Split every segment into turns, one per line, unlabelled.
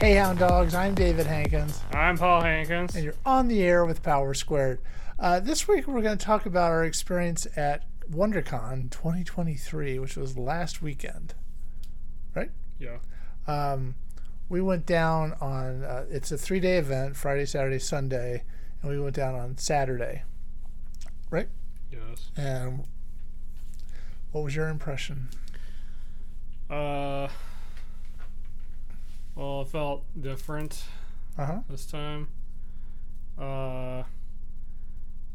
Hey, Hound Dogs, I'm David Hankins,
I'm Paul Hankins.
and you're on the air with Power Squared. Uh, this week, we're going to talk about our experience at WonderCon 2023, which was last weekend.
Yeah.
Um, we went down on, uh, it's a three day event Friday, Saturday, Sunday, and we went down on Saturday.
Yes.
And what was your impression?
Uh. Well, it felt different
Uh huh.
this time. Uh.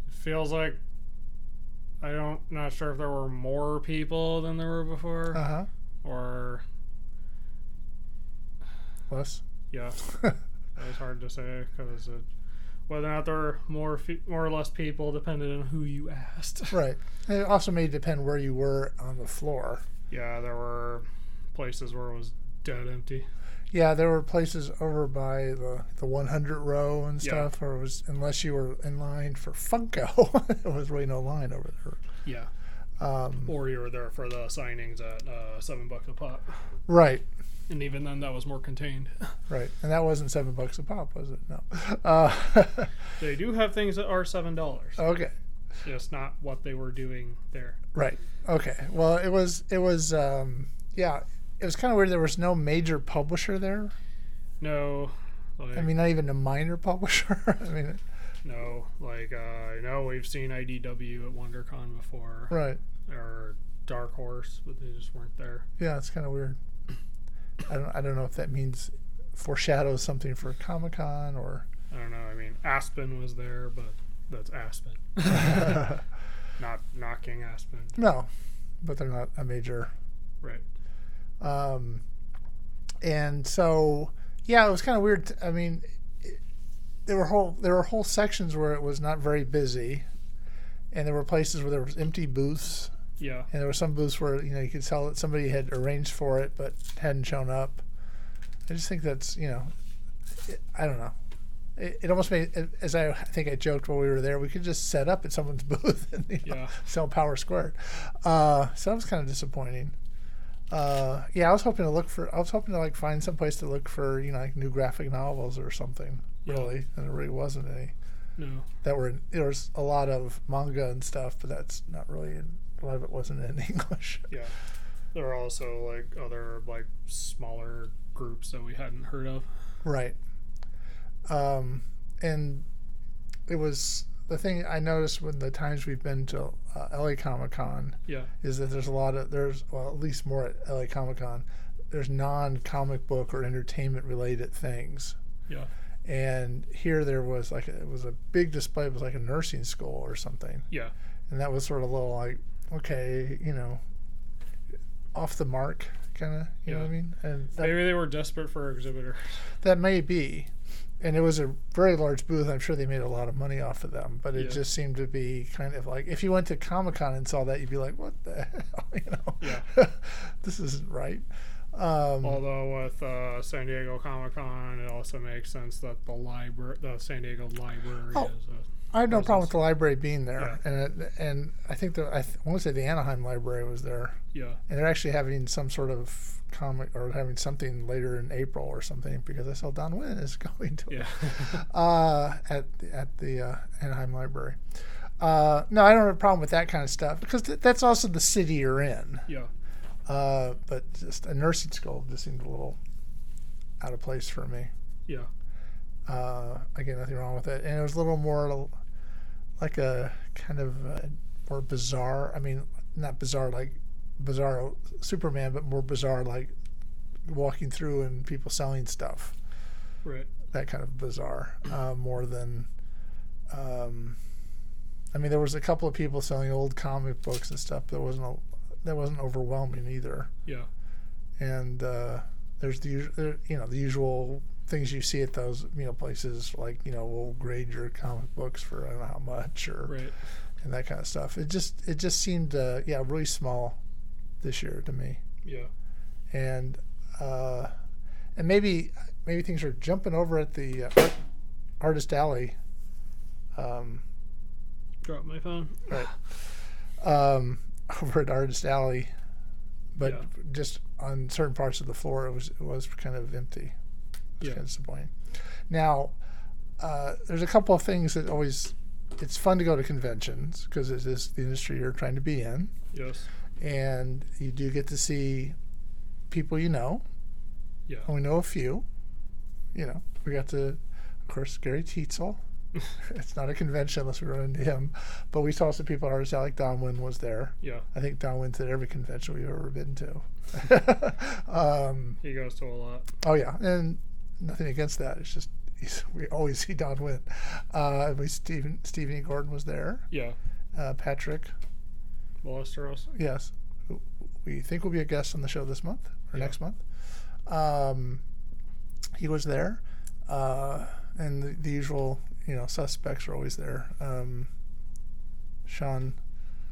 It feels like I don't. Not sure if there were more people than there were before,
Uh huh.
or
Less.
yeah, it was hard to say because it. Whether or not there were more, fe- more or less people depended on who you asked.
Right. And it also may depend where you were on the floor.
yeah, there were places where it was dead empty.
Yeah, there were places over by the, the 100 row and
Yeah.
stuff, or it was unless you were in line for Funko, there was really no line over there.
Yeah.
Um,
or you were there for the signings at uh, seven bucks a pop,
right,
and even then that was more contained.
right, and that wasn't seven bucks a pop, was it? No. Uh,
They do have things that are seven dollars,
okay,
just not what they were doing there.
right, okay. Well, it was it was um, yeah, it was kind of weird. There was no major publisher there.
No, like
I mean, not even a minor publisher. I mean,
no, like uh, I know we've seen IDW at WonderCon before,
right.
or Dark Horse, but they just weren't there.
Yeah, it's kind of weird. I don't I don't know if that means foreshadows something for Comic Con or.
I don't know. I mean, Aspen was there, but that's Aspen, not knocking Aspen,
No, but they're not a major.
right?
Um, and so, yeah, it was kind of weird. t- I mean, it, there were whole there were whole sections where it was not very busy, and there were places where there was empty booths,
Yeah,
and there were some booths where you know you could tell that somebody had arranged for it but hadn't shown up. I just think that's you know, it, I don't know. It, it almost made it- as I, I think I joked while we were there, we could just set up at someone's booth and you know,
yeah.
sell power squared. Uh, so that was kind of disappointing. Uh, yeah, I was hoping to look for. I was hoping to like find some place to look for you know like new graphic novels or something.
Yeah.
Really, and there really wasn't any
No,
that were. There was a lot of manga and stuff, but that's not really. In, a lot of it wasn't in English.
Yeah. There are also like other like smaller groups that we hadn't heard of.
Right. Um, and it was the thing I noticed when the times we've been to uh, LA Comic Con
Yeah.
is that there's a lot of there's well at least more at LA Comic Con there's non comic book or entertainment related things.
Yeah.
And here there was like a, it was a big display. It was like a nursing school or something,
Yeah.
and that was sort of a little like okay, you know, off the mark kind of. You know what I mean? And that,
Maybe they were desperate for exhibitor.
that may be. And it was a very large booth. I'm sure they made a lot of money off of them, but it
Yeah.
just seemed to be kind of like if you went to Comic Con and saw that, you'd be like, "What the hell?" You know, this isn't right. Um,
Although with uh, San Diego Comic Con, it also makes sense that the library, the San Diego library,
Oh.
is a,
I have no problem
presence.
with the library being there, and it, and I think the I, th- I want to say the Anaheim Library was there,
yeah,
and they're actually having some sort of comic or having something later in April or something because I saw Don Wynn is going to
yeah,
uh, at at the uh, Anaheim Library. Uh, no, I don't have a problem with that kind of stuff because th- that's also the city you're in.
yeah,
Uh, but just a nursing school just seemed a little out of place for me.
yeah,
Uh, again, nothing wrong with it, and it was a little more l- like a kind of uh more bizarre. I mean, not bizarre like bizarro Superman, but more bizarre like walking through and people selling stuff
right,
that kind of bizarre uh, more than um, I mean there was a couple of people selling old comic books and stuff that wasn't a, that wasn't overwhelming either
yeah,
and uh, there's the usu- there, you know the usual things you see at those you know places like you know we'll grade your comic books for I don't know how much or
right,
and that kind of stuff it just it just seemed uh, yeah really small this year to me
yeah,
and uh, and maybe maybe things are jumping over at the uh, Art- artist alley. Um,
drop my phone,
um, over at artist alley, but
Yeah.
just on certain parts of the floor, it was it was kind of empty. It It's
Yeah.
kind of disappointing. Now, uh, there's a couple of things that always. It's fun to go to conventions because it is the industry you're trying to be in,
Yes.
and you do get to see people you know.
Yeah.
And we know a oh few. You know, we got to, of course, Gary Tietzel. it's not a convention unless we run into him, but we saw some people. Artists like Donwin was there.
Yeah.
I think Don went to every convention we've ever been to. um,
He goes to a lot.
oh yeah, and nothing against that. It's just he's, we always see Don Wynn. Uh, we Stephen Stephen E. Gordon was there.
Yeah.
Uh, Patrick,
Molesteros.
yes, who we think will be a guest on the show this month or
Yeah.
next month. Um, he was there, uh, and the, the usual you know suspects are always there. Um, Sean,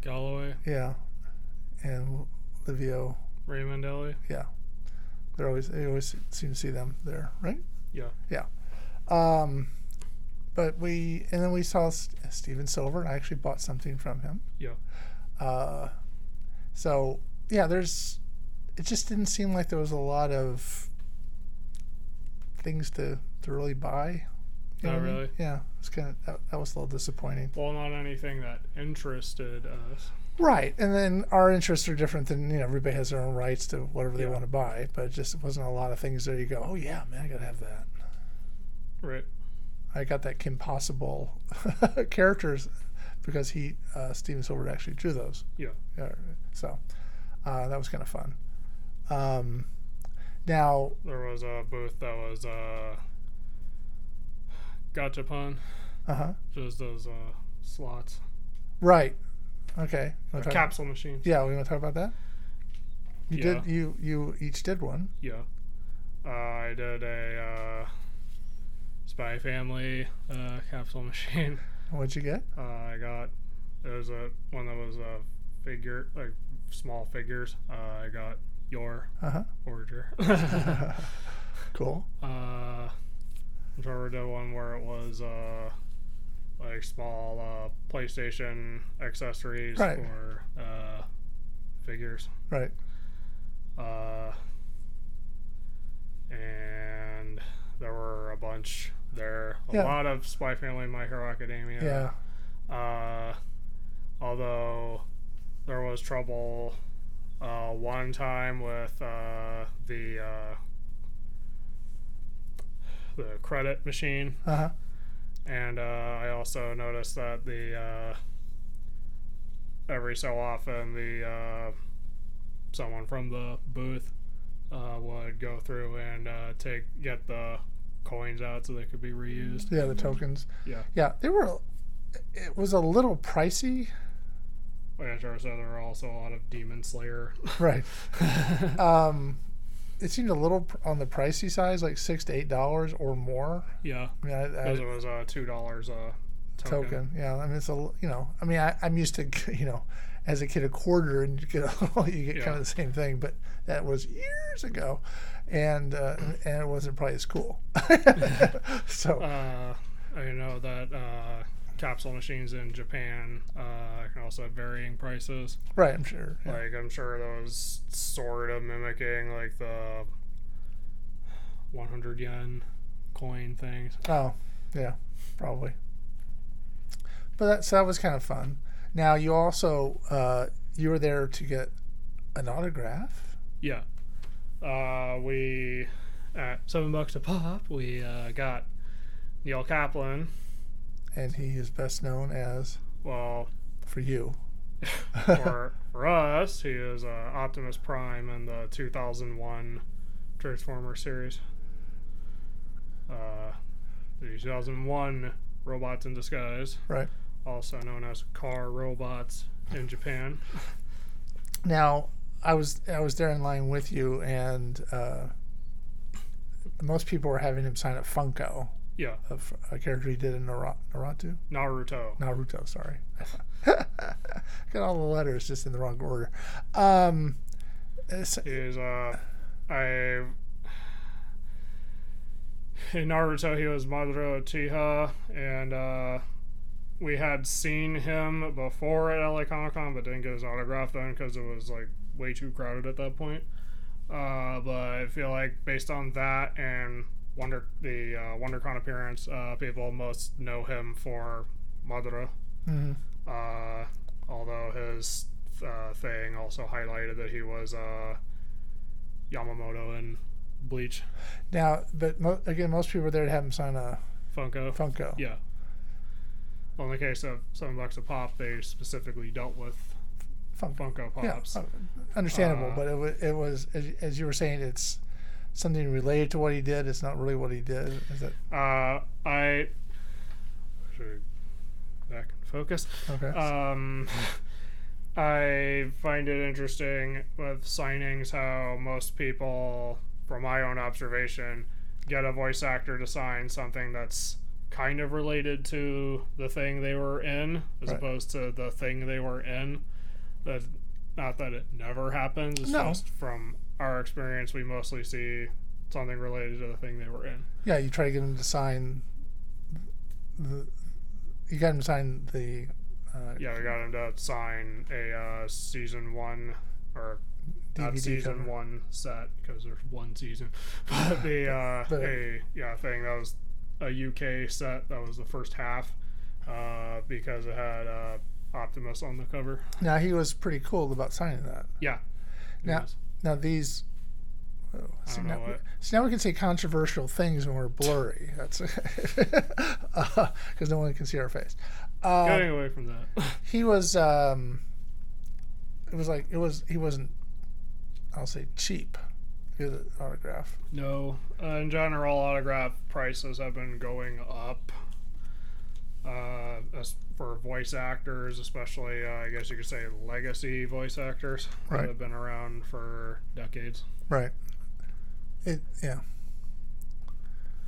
Galloway.
yeah, and Livio.
Raymond Ellie.
Yeah. They're always they always seem to see them there, right?
Yeah.
Yeah. Um but we and then we saw S- Steven Silver and I actually bought something from him.
Yeah.
Uh so yeah, there's it just didn't seem like there was a lot of things to to really buy. You know what
Not
I mean?
Oh, really.
Yeah, it's kind of that, that was a little disappointing.
Well, not anything that interested us.
Right, and then our interests are different than you know. Everybody has their own rights to whatever they
Yeah.
want to buy, but it just wasn't a lot of things there. You go, oh yeah, man, I gotta have that.
Right.
I got that Kim Possible characters because he uh, Steven Silver actually drew those.
Yeah.
Yeah, so uh, that was kind of fun. Um, now,
There was a booth that was uh Gachapon.
uh huh,
Just those uh slots.
right, okay. You wanna talk-
Capsule machines.
Yeah, we want to talk about that. You
Yeah.
did you you each did one.
Yeah. Uh, I did a uh Spy Family uh capsule machine.
What'd you get?
Uh, I got there was a one that was a figure like small figures. Uh, I got your
Uh
order.
huh.
uh,
Uh-huh. cool.
I'm trying to do one where it was uh like small uh, PlayStation accessories
Right.
or uh, figures.
Right.
Uh, and there were a bunch there. A
Yeah.
lot of Spy Family, My Hero Academia.
yeah.
Uh, although there was trouble uh, one time with uh, the uh, the credit machine,
Uh huh.
and uh, I also noticed that the uh, every so often the uh, someone from the booth uh, would go through and uh, take get the coins out so they could be reused.
Yeah, the tokens.
Yeah.
Yeah, they were. It was a little pricey,
Like I said, there were also a lot of Demon Slayer.
right? um, it seemed a little pr- on the pricey size, like six to eight dollars or more.
yeah,
I mean, I, I,
because it was uh, two dollars a token.
token. Yeah, I mean, it's a l- you know, I mean, I, I'm used to you know, as a kid, a quarter and you get a, you get
Yeah.
kind of the same thing, but that was years ago, and uh, and it wasn't probably as cool. so
Uh, I know that uh, capsule machines in Japan uh, can also have varying prices.
right, I'm sure. Yeah.
Like I'm sure those sort of mimicking like the 100 yen coin things.
Oh, yeah, probably. But that so that was kind of fun. Now you also uh, you were there to get an autograph.
Yeah. Uh, we at seven bucks a pop. We uh, got Neil Kaplan.
And he is best known as
Well,
for you.
for, for us, he is uh, Optimus Prime in the 2001 Transformer series. Uh, the 2001 Robots in Disguise,
Right.
also known as Car Robots in Japan.
Now I was I was there in line with you and uh, most people were having him sign at Funko
Yeah,
of a character he did in Nara- Naruto.
Naruto.
Naruto, sorry. Got all the letters just in the wrong order. Um, it's-
He's uh, I. In Naruto, he was Madara Uchiha, and uh, we had seen him before at LA Comic Con, but didn't get his autograph then because it was like way too crowded at that point. Uh, but I feel like based on that and Wonder the uh, WonderCon appearance. Uh, people most know him for Madara.
hmm
Uh, although his uh, thing also highlighted that he was uh, Yamamoto in Bleach
Now, but mo- again, most people there have him sign a
Funko.
Funko.
Yeah. Well, in the case of seven bucks a pop, they specifically dealt with
Funko.
Funko
Yeah,
Pops.
uh, understandable.
Uh,
but it was, it was as, as you were saying, it's something related to what he did. It's not really what he did. Is it
Uh, I should I back and focus.
okay?
Um, I find it interesting with signings how most people, from my own observation, get a voice actor to sign something that's kind of related to the thing they were in, as
Right.
opposed to the thing they were in. That not that it never happens. It's
No.
just from our experience, we mostly see something related to the thing they were in.
yeah, you try to get him to sign. The, you got him to sign the. Uh,
Yeah, we got him to sign a uh, season one or not
DVD
season
cover.
one set because there's one season, but the uh,
But-
a yeah thing that was a UK set that was the first half uh, because it had uh, Optimus on the cover.
Now he was pretty cool about signing that.
Yeah.
Now-
Yes.
Now these. Oh, see,
don't know
now, we-
what-
see, now we can say controversial things when we're blurry. That's because no one can see our face. Uh,
getting away from that.
he was um it was like it was he wasn't i'll say cheap his autograph
no, uh, in general, autograph prices have been going up. Uh, as for voice actors, especially, uh, I guess you could say legacy voice actors
Right.
that have been around for decades.
right it yeah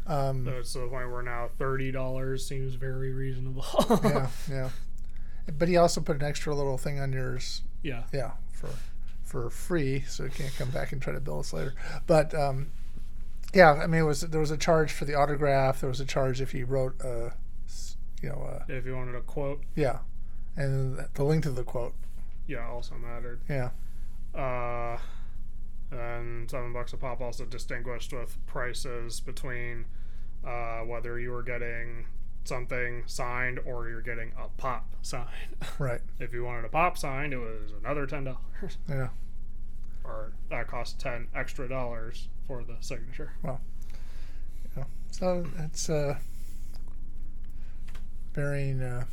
um
So it's to the point where now thirty dollars seems very reasonable.
yeah yeah but he also put an extra little thing on yours
yeah.
yeah for for free so you can't come back and try to bill us later but um yeah i mean it was there was a charge for the autograph there was a charge if you wrote a s- you know uh
If you wanted a quote,
yeah and the length of the quote
yeah, also mattered.
yeah
Uh, and seven bucks a pop also distinguished with prices between uh, whether you were getting something signed or you're getting a pop signed.
right
If you wanted a pop signed, it was another ten dollars,
yeah
or that cost ten extra dollars for the signature.
So it's uh, varying, uh,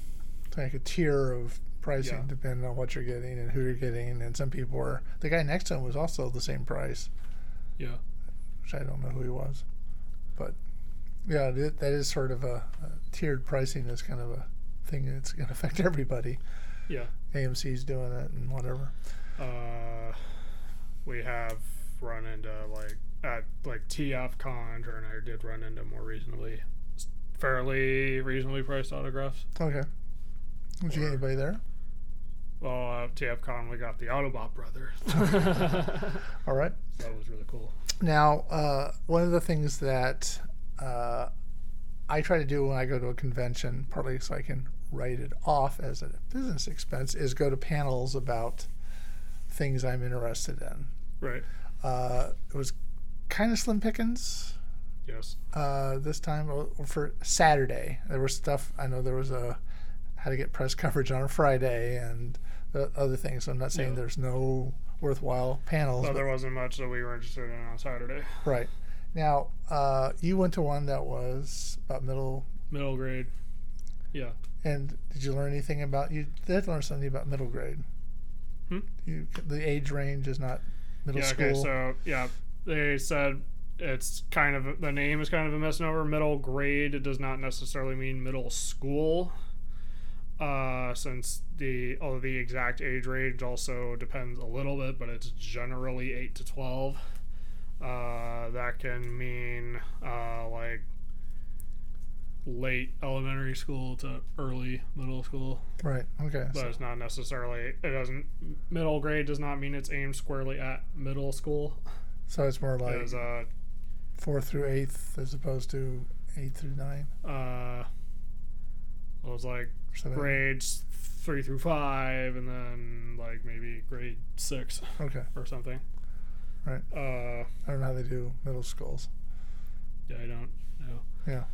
it's like a tier of pricing
Yeah.
depending on what you're getting and who you're getting. And some people were, the guy next to him was also the same price,
Yeah.
which I don't know who he was. But yeah, that that is sort of a, a tiered pricing is kind of a thing that's going to affect everybody.
Yeah.
AMC's doing it and whatever.
uh, we have run into like at like TF Con, and I did run into more reasonably, fairly reasonably priced autographs.
Okay. Did you
Or-
get anybody there?
Well, at TF Con we got the Autobot brother. that
All right.
was really cool.
Now, uh, one of the things that uh, I try to do when I go to a convention, partly so I can write it off as a business expense, is go to panels about things I'm interested in.
Right.
Uh, it was kind of slim pickings
Yes.
uh, this time or or for Saturday. There was stuff I know there was a how to get press coverage on a Friday and the other things. So I'm not saying
Yeah.
there's no worthwhile panels.
So
but-
there wasn't much that we were interested in on Saturday.
Right. Now, uh, you went to one that was about middle,
Middle grade. Yeah.
and did you learn anything about you did learn something about middle grade?
Hmm?
You, the age range is not middle
yeah.
school.
Okay. So yeah, they said. It's kind of the name is kind of a misnomer. Middle grade it does not necessarily mean middle school. uh, since the although the exact age range also depends a little bit, but it's generally eight to twelve. Uh, that can mean uh, like late elementary school to early middle school,
right. Okay.
but
So,
it's not necessarily. It doesn't middle grade does not mean it's aimed squarely at middle school.
so it's more like
It's uh,
fourth through eighth as opposed to eighth through nine
uh, it was like
or something.
grades three through five, and then like maybe grade six.
Okay.
or something.
Right.
Uh,
I don't know how they do middle schools.
I don't know.
Yeah.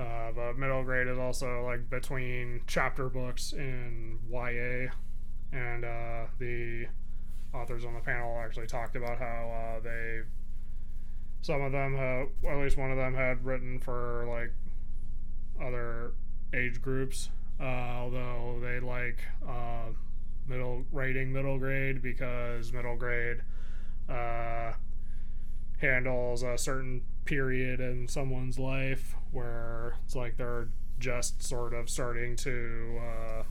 Uh, but middle grade is also like between chapter books in YA, and uh, the authors on the panel actually talked about how uh, they, some of them, have, well, at least one of them, had written for like other age groups, uh, although they like uh, middle rating middle grade because middle grade uh, handles a certain period in someone's life where it's like they're just sort of starting to uh,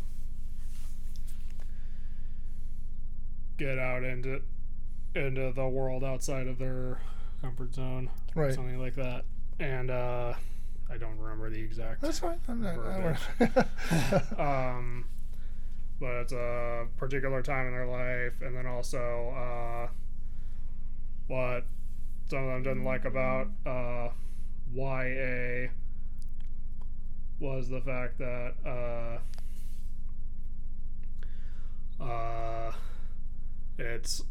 get out into into the world outside of their comfort zone or
Right.
something like that and uh, i don't remember the exact
That's fine. I'm not.
For
I
a
don't-
um, but it's a particular time in their life, and then also uh, what some of them didn't like about uh, YA was the fact that uh, uh, it's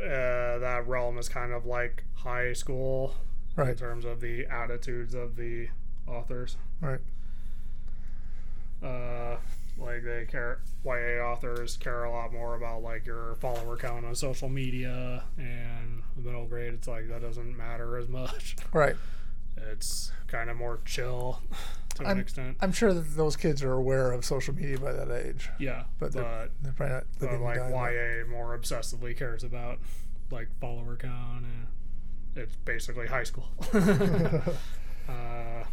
uh, that realm is kind of like high school in
right.
terms of the attitudes of the authors
Right.
uh, like they care YA authors care a lot more about like your follower count on social media and the middle grade it's like that doesn't matter as much.
Right.
It's kind of more chill to an
I'm-
extent.
I'm sure that those kids are aware of social media by that age.
yeah,
but
but,
they're
but,
They're probably not living and
like
dying by it.
YA more obsessively cares about like follower count and it's basically high school. Uh,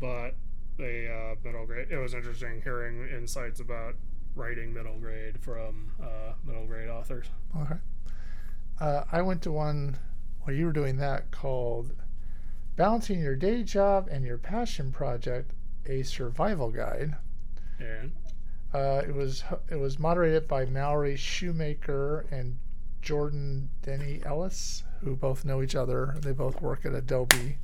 but the uh, middle grade. It was interesting hearing insights about writing middle grade from uh, middle grade authors.
Okay. Uh, I went to one while you were doing that called Balancing Your Day Job and Your Passion Project A Survival Guide.
And
Uh, it was it was moderated by Mallory Shoemaker and Jordan Denny Ellis, who both know each other. They both work at Adobe.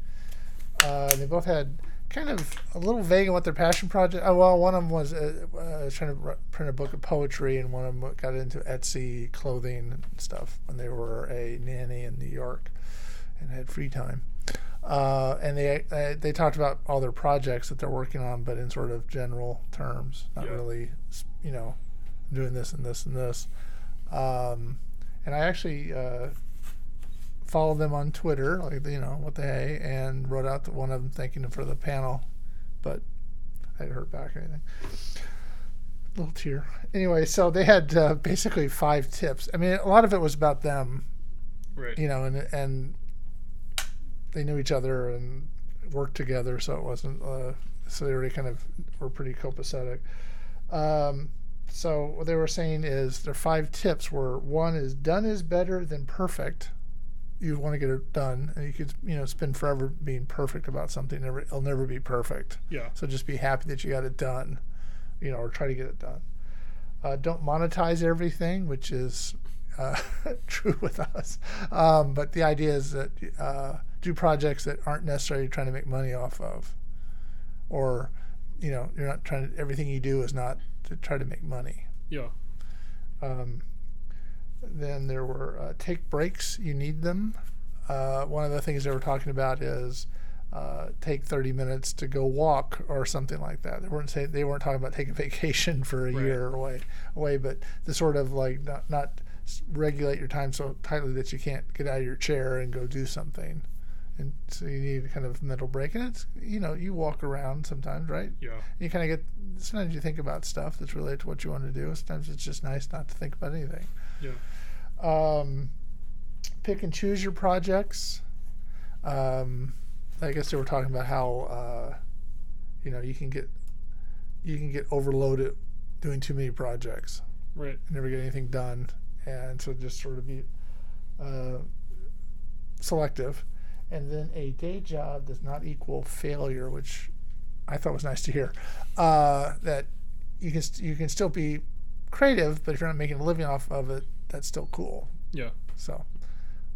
Uh, they both had kind of a little vague on what their passion project. Oh well, one of them was uh, uh, trying to r- print a book of poetry, and one of them got into Etsy clothing and stuff when they were a nanny in New York and had free time. Uh, and they uh, they talked about all their projects that they're working on, but in sort of general terms, not
Yeah.
really, s- you know, I'm doing this and this and this. Um, and I actually uh, followed them on Twitter, like you know what the hey, and wrote out to one of them thanking them for the panel, but I didn't hurt back or anything. Little tear. Anyway, so they had uh, basically five tips. I mean, a lot of it was about them,
right,
you know, and and they knew each other and worked together, so it wasn't. Uh, so they already kind of were pretty copacetic. Um, so what they were saying is their five tips were: one is done is better than perfect. You want to get it done, and you could you know spend forever being perfect about something. Never, it'll never be perfect.
yeah,
So just be happy that you got it done, you know, or try to get it done. Uh, don't monetize everything, which is uh, true with us. Um, but the idea is that uh, do projects that aren't necessarily trying to make money off of, or you know, you're not trying. To, everything you do is not to try to make money.
yeah,
Um, then there were uh, take breaks. You need them. Uh, one of the things they were talking about is uh, take 30 minutes to go walk or something like that. They weren't saying they weren't talking about taking vacation for a
Right.
year away, away, but to sort of like not not s- regulate your time so tightly that you can't get out of your chair and go do something. And so you need a kind of mental break. And it's you know you walk around sometimes, right?
yeah,
you kind of get sometimes you think about stuff that's related to what you want to do sometimes it's just nice not to think about anything
yeah,
um, pick and choose your projects um, i guess they were talking about how uh, you know you can get you can get overloaded doing too many projects
right,
and never get anything done and so just sort of be uh, selective and then a day job does not equal failure which I thought was nice to hear uh, that you can st- you can still be creative, but if you're not making a living off of it, that's still cool.
yeah,
So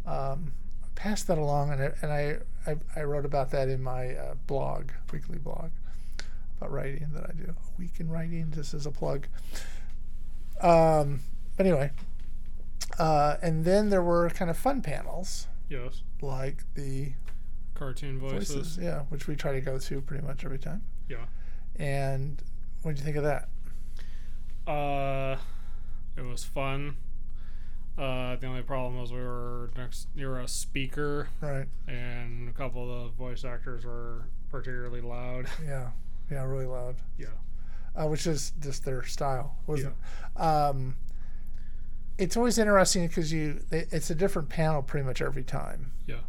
um, I passed that along, and I, and I, I I wrote about that in my uh, blog, weekly blog about writing that I do. A week in writing. This is a plug. Um, but anyway, uh, and then there were kind of fun panels
yes.
like the
cartoon voices.
yeah, which we try to go to pretty much every time.
Yeah.
And what do you think of that?
Uh, it was fun. Uh, the only problem was we were next near a speaker,
Right.
and a couple of the voice actors were particularly loud.
Yeah. Yeah, really loud.
Yeah.
Uh, which is just their style, wasn't it? Um, it's always interesting because you they, it's a different panel pretty much every time.
Yeah.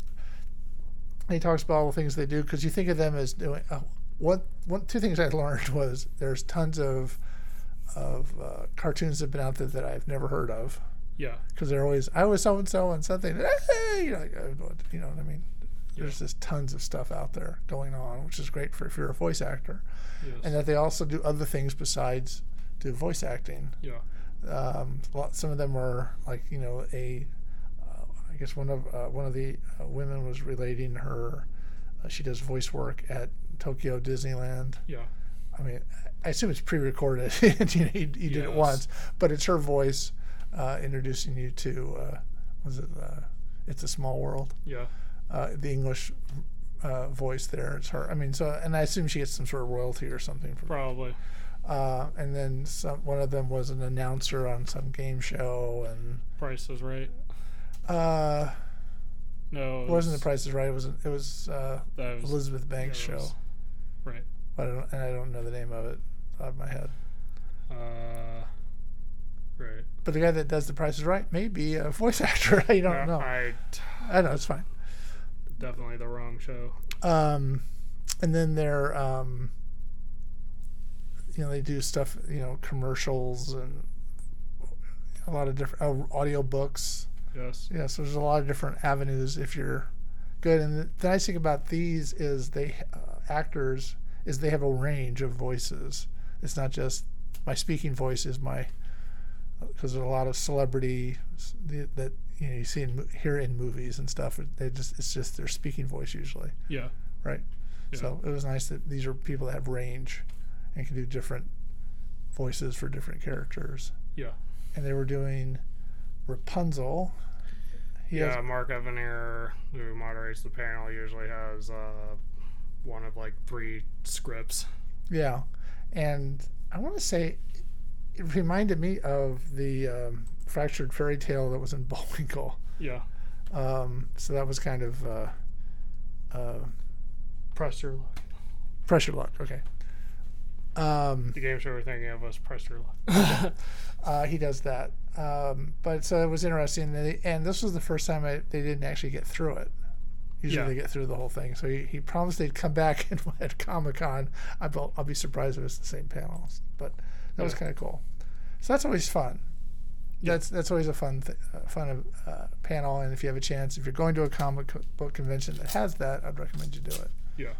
He talks about all the things they do because you think of them as doing. Uh, what one two things I learned was there's tons of of uh, cartoons that have been out there that I've never heard of.
Yeah.
because they're always I was so and so on something. Hey, you know, like, uh, what- you know what I mean. There's just tons of stuff out there going on, which is great for if you're a voice actor,
Yes.
and that they also do other things besides do voice acting.
yeah.
Um, lot, some of them are like you know a, uh, I guess one of uh, one of the uh, women was relating her, uh, she does voice work at Tokyo Disneyland.
Yeah.
I mean, I assume it's pre-recorded. and you, you, you did it
Yes.
once, but it's her voice uh, introducing you to uh, was it? Uh, it's a small world.
Yeah.
Uh, the English uh, voice there. It's her. I mean, so and I assume she gets some sort of royalty or something from.
Probably.
Uh, and then some, one of them was an announcer on some game show, and
Price is right.
uh,
No.
it wasn't the Price is Right. It was it was uh,
That was
Elizabeth
yeah,
Banks
it
show,
was- Right.
but I don't, and I don't know the name of it out of my head.
Uh. Right.
But the guy that does The Price is Right may be a voice actor. I don't
Yeah,
know.
I
I know it's fine.
definitely the wrong show.
Um, and then they're, um, you know, they do stuff, you know, commercials and a lot of different uh, audio books.
Yes.
Yeah, so there's a lot of different avenues if you're good. And the, the nice thing about these is they uh, actors is they have a range of voices. It's not just my speaking voice is my because there's a lot of celebrity s- the- that you know you see in mo- hear in movies and stuff. They just it's just their speaking voice usually,
Yeah.
right?
Yeah.
So it was nice that these are people that have range and can do different voices for different characters.
Yeah.
And they were doing Rapunzel. He has-
Yeah, Mark Evanier, who moderates the panel, usually has uh, one of like three scripts.
Yeah, and I want to say it reminded me of the um, fractured fairy tale that was in Bullwinkle.
Yeah.
Um, so that was kind of uh, uh,
Press your luck.
pressure luck. Okay. Um,
The game show we're thinking of was Press Your Luck.
uh, he does that, um, but so it was interesting. And, they, and this was the first time I, they didn't actually get through it. Usually
Yeah.
they get through the whole thing. So he, he promised they'd come back and at Comic Con. I'll, I'll be surprised if it's the same panels, but that was
Yeah.
kind of cool. So that's always fun.
Yeah.
That's that's always a fun th- uh, fun uh, panel, and if you have a chance, if you're going to a comic co- book convention that has that, I'd recommend you do it.
yeah.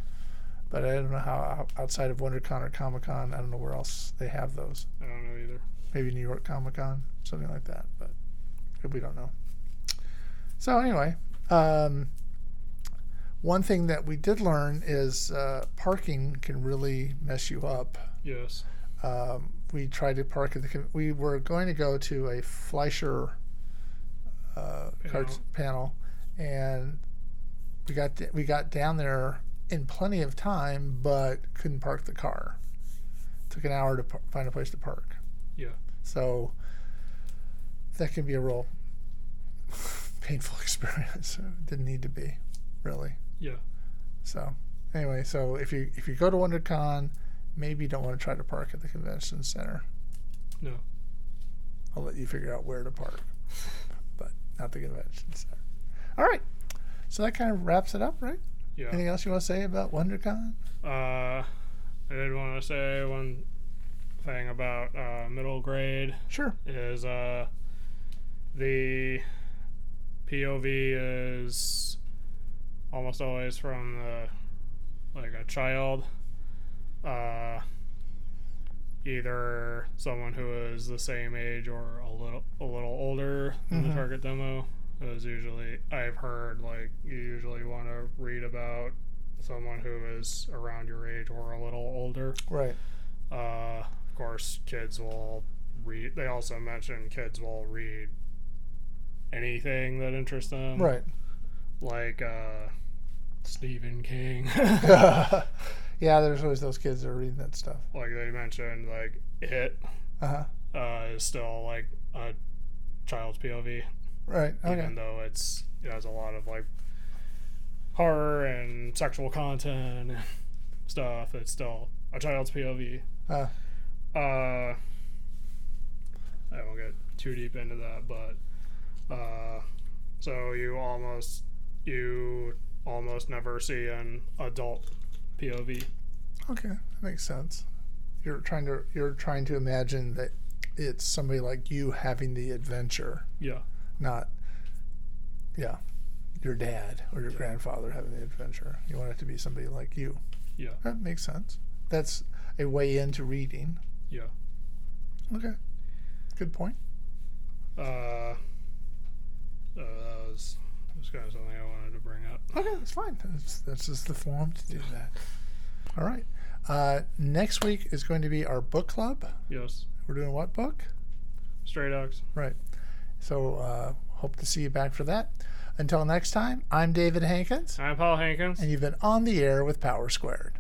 But I don't know how o- outside of WonderCon or Comic Con, I don't know where else they have those.
I don't know either.
Maybe New York Comic Con, something like that. But we don't know. So anyway, um, one thing that we did learn is uh, parking can really mess you up
Yes.
um, we tried to park at the. con- We were going to go to a Fleischer uh, cart- panel, and we got th- we got down there in plenty of time, but couldn't park the car. Took an hour to par- find a place to park.
Yeah.
So that can be a real painful experience. Didn't need to be, really.
Yeah.
So anyway, so if you if you go to WonderCon, maybe you don't want to try to park at the convention center.
No.
I'll let you figure out where to park, but not the convention center. All right. So that kind of wraps it up, right?
Yeah.
Anything else you want to say about WonderCon?
Uh, I did want to say one thing about uh, middle grade
Sure.
is uh, the POV is almost always from the like a child, uh, either someone who is the same age or a little a little older than
Mhm.
the target demo. Is usually I've heard like you usually want to read about someone who is around your age or a little older.
Right.
Uh, of course, kids will read. They also mentioned kids will read Um, anything that interests them.
Right.
Like, uh, Stephen King.
yeah, there's always those kids that are reading that stuff.
like they mentioned, like it
Uh huh.
uh, is still like a child's POV,
Right. Okay.
even though it's it has a lot of like horror and sexual content and stuff. It's still a child's POV.
Uh,
uh I won't get too deep into that, but uh so you almost you almost never see an adult POV.
okay, that makes sense. You're trying to you're trying to imagine that it's somebody like you having the adventure,
Yeah.
not yeah, your dad or your grandfather having the adventure. You want it to be somebody like you.
Yeah.
That makes sense. That's a way into reading.
Yeah.
Okay. Good point.
Uh, uh that was that's kind of something I wanted to bring up.
Okay, that's fine. That's, that's just the form to do that. All right. Uh, next week is going to be our book club.
Yes.
We're doing what book?
Stray dogs.
Right. So uh, hope to see you back for that. Until next time, I'm David Hankins,
I'm Paul Hankins.
and you've been on the air with Power Squared.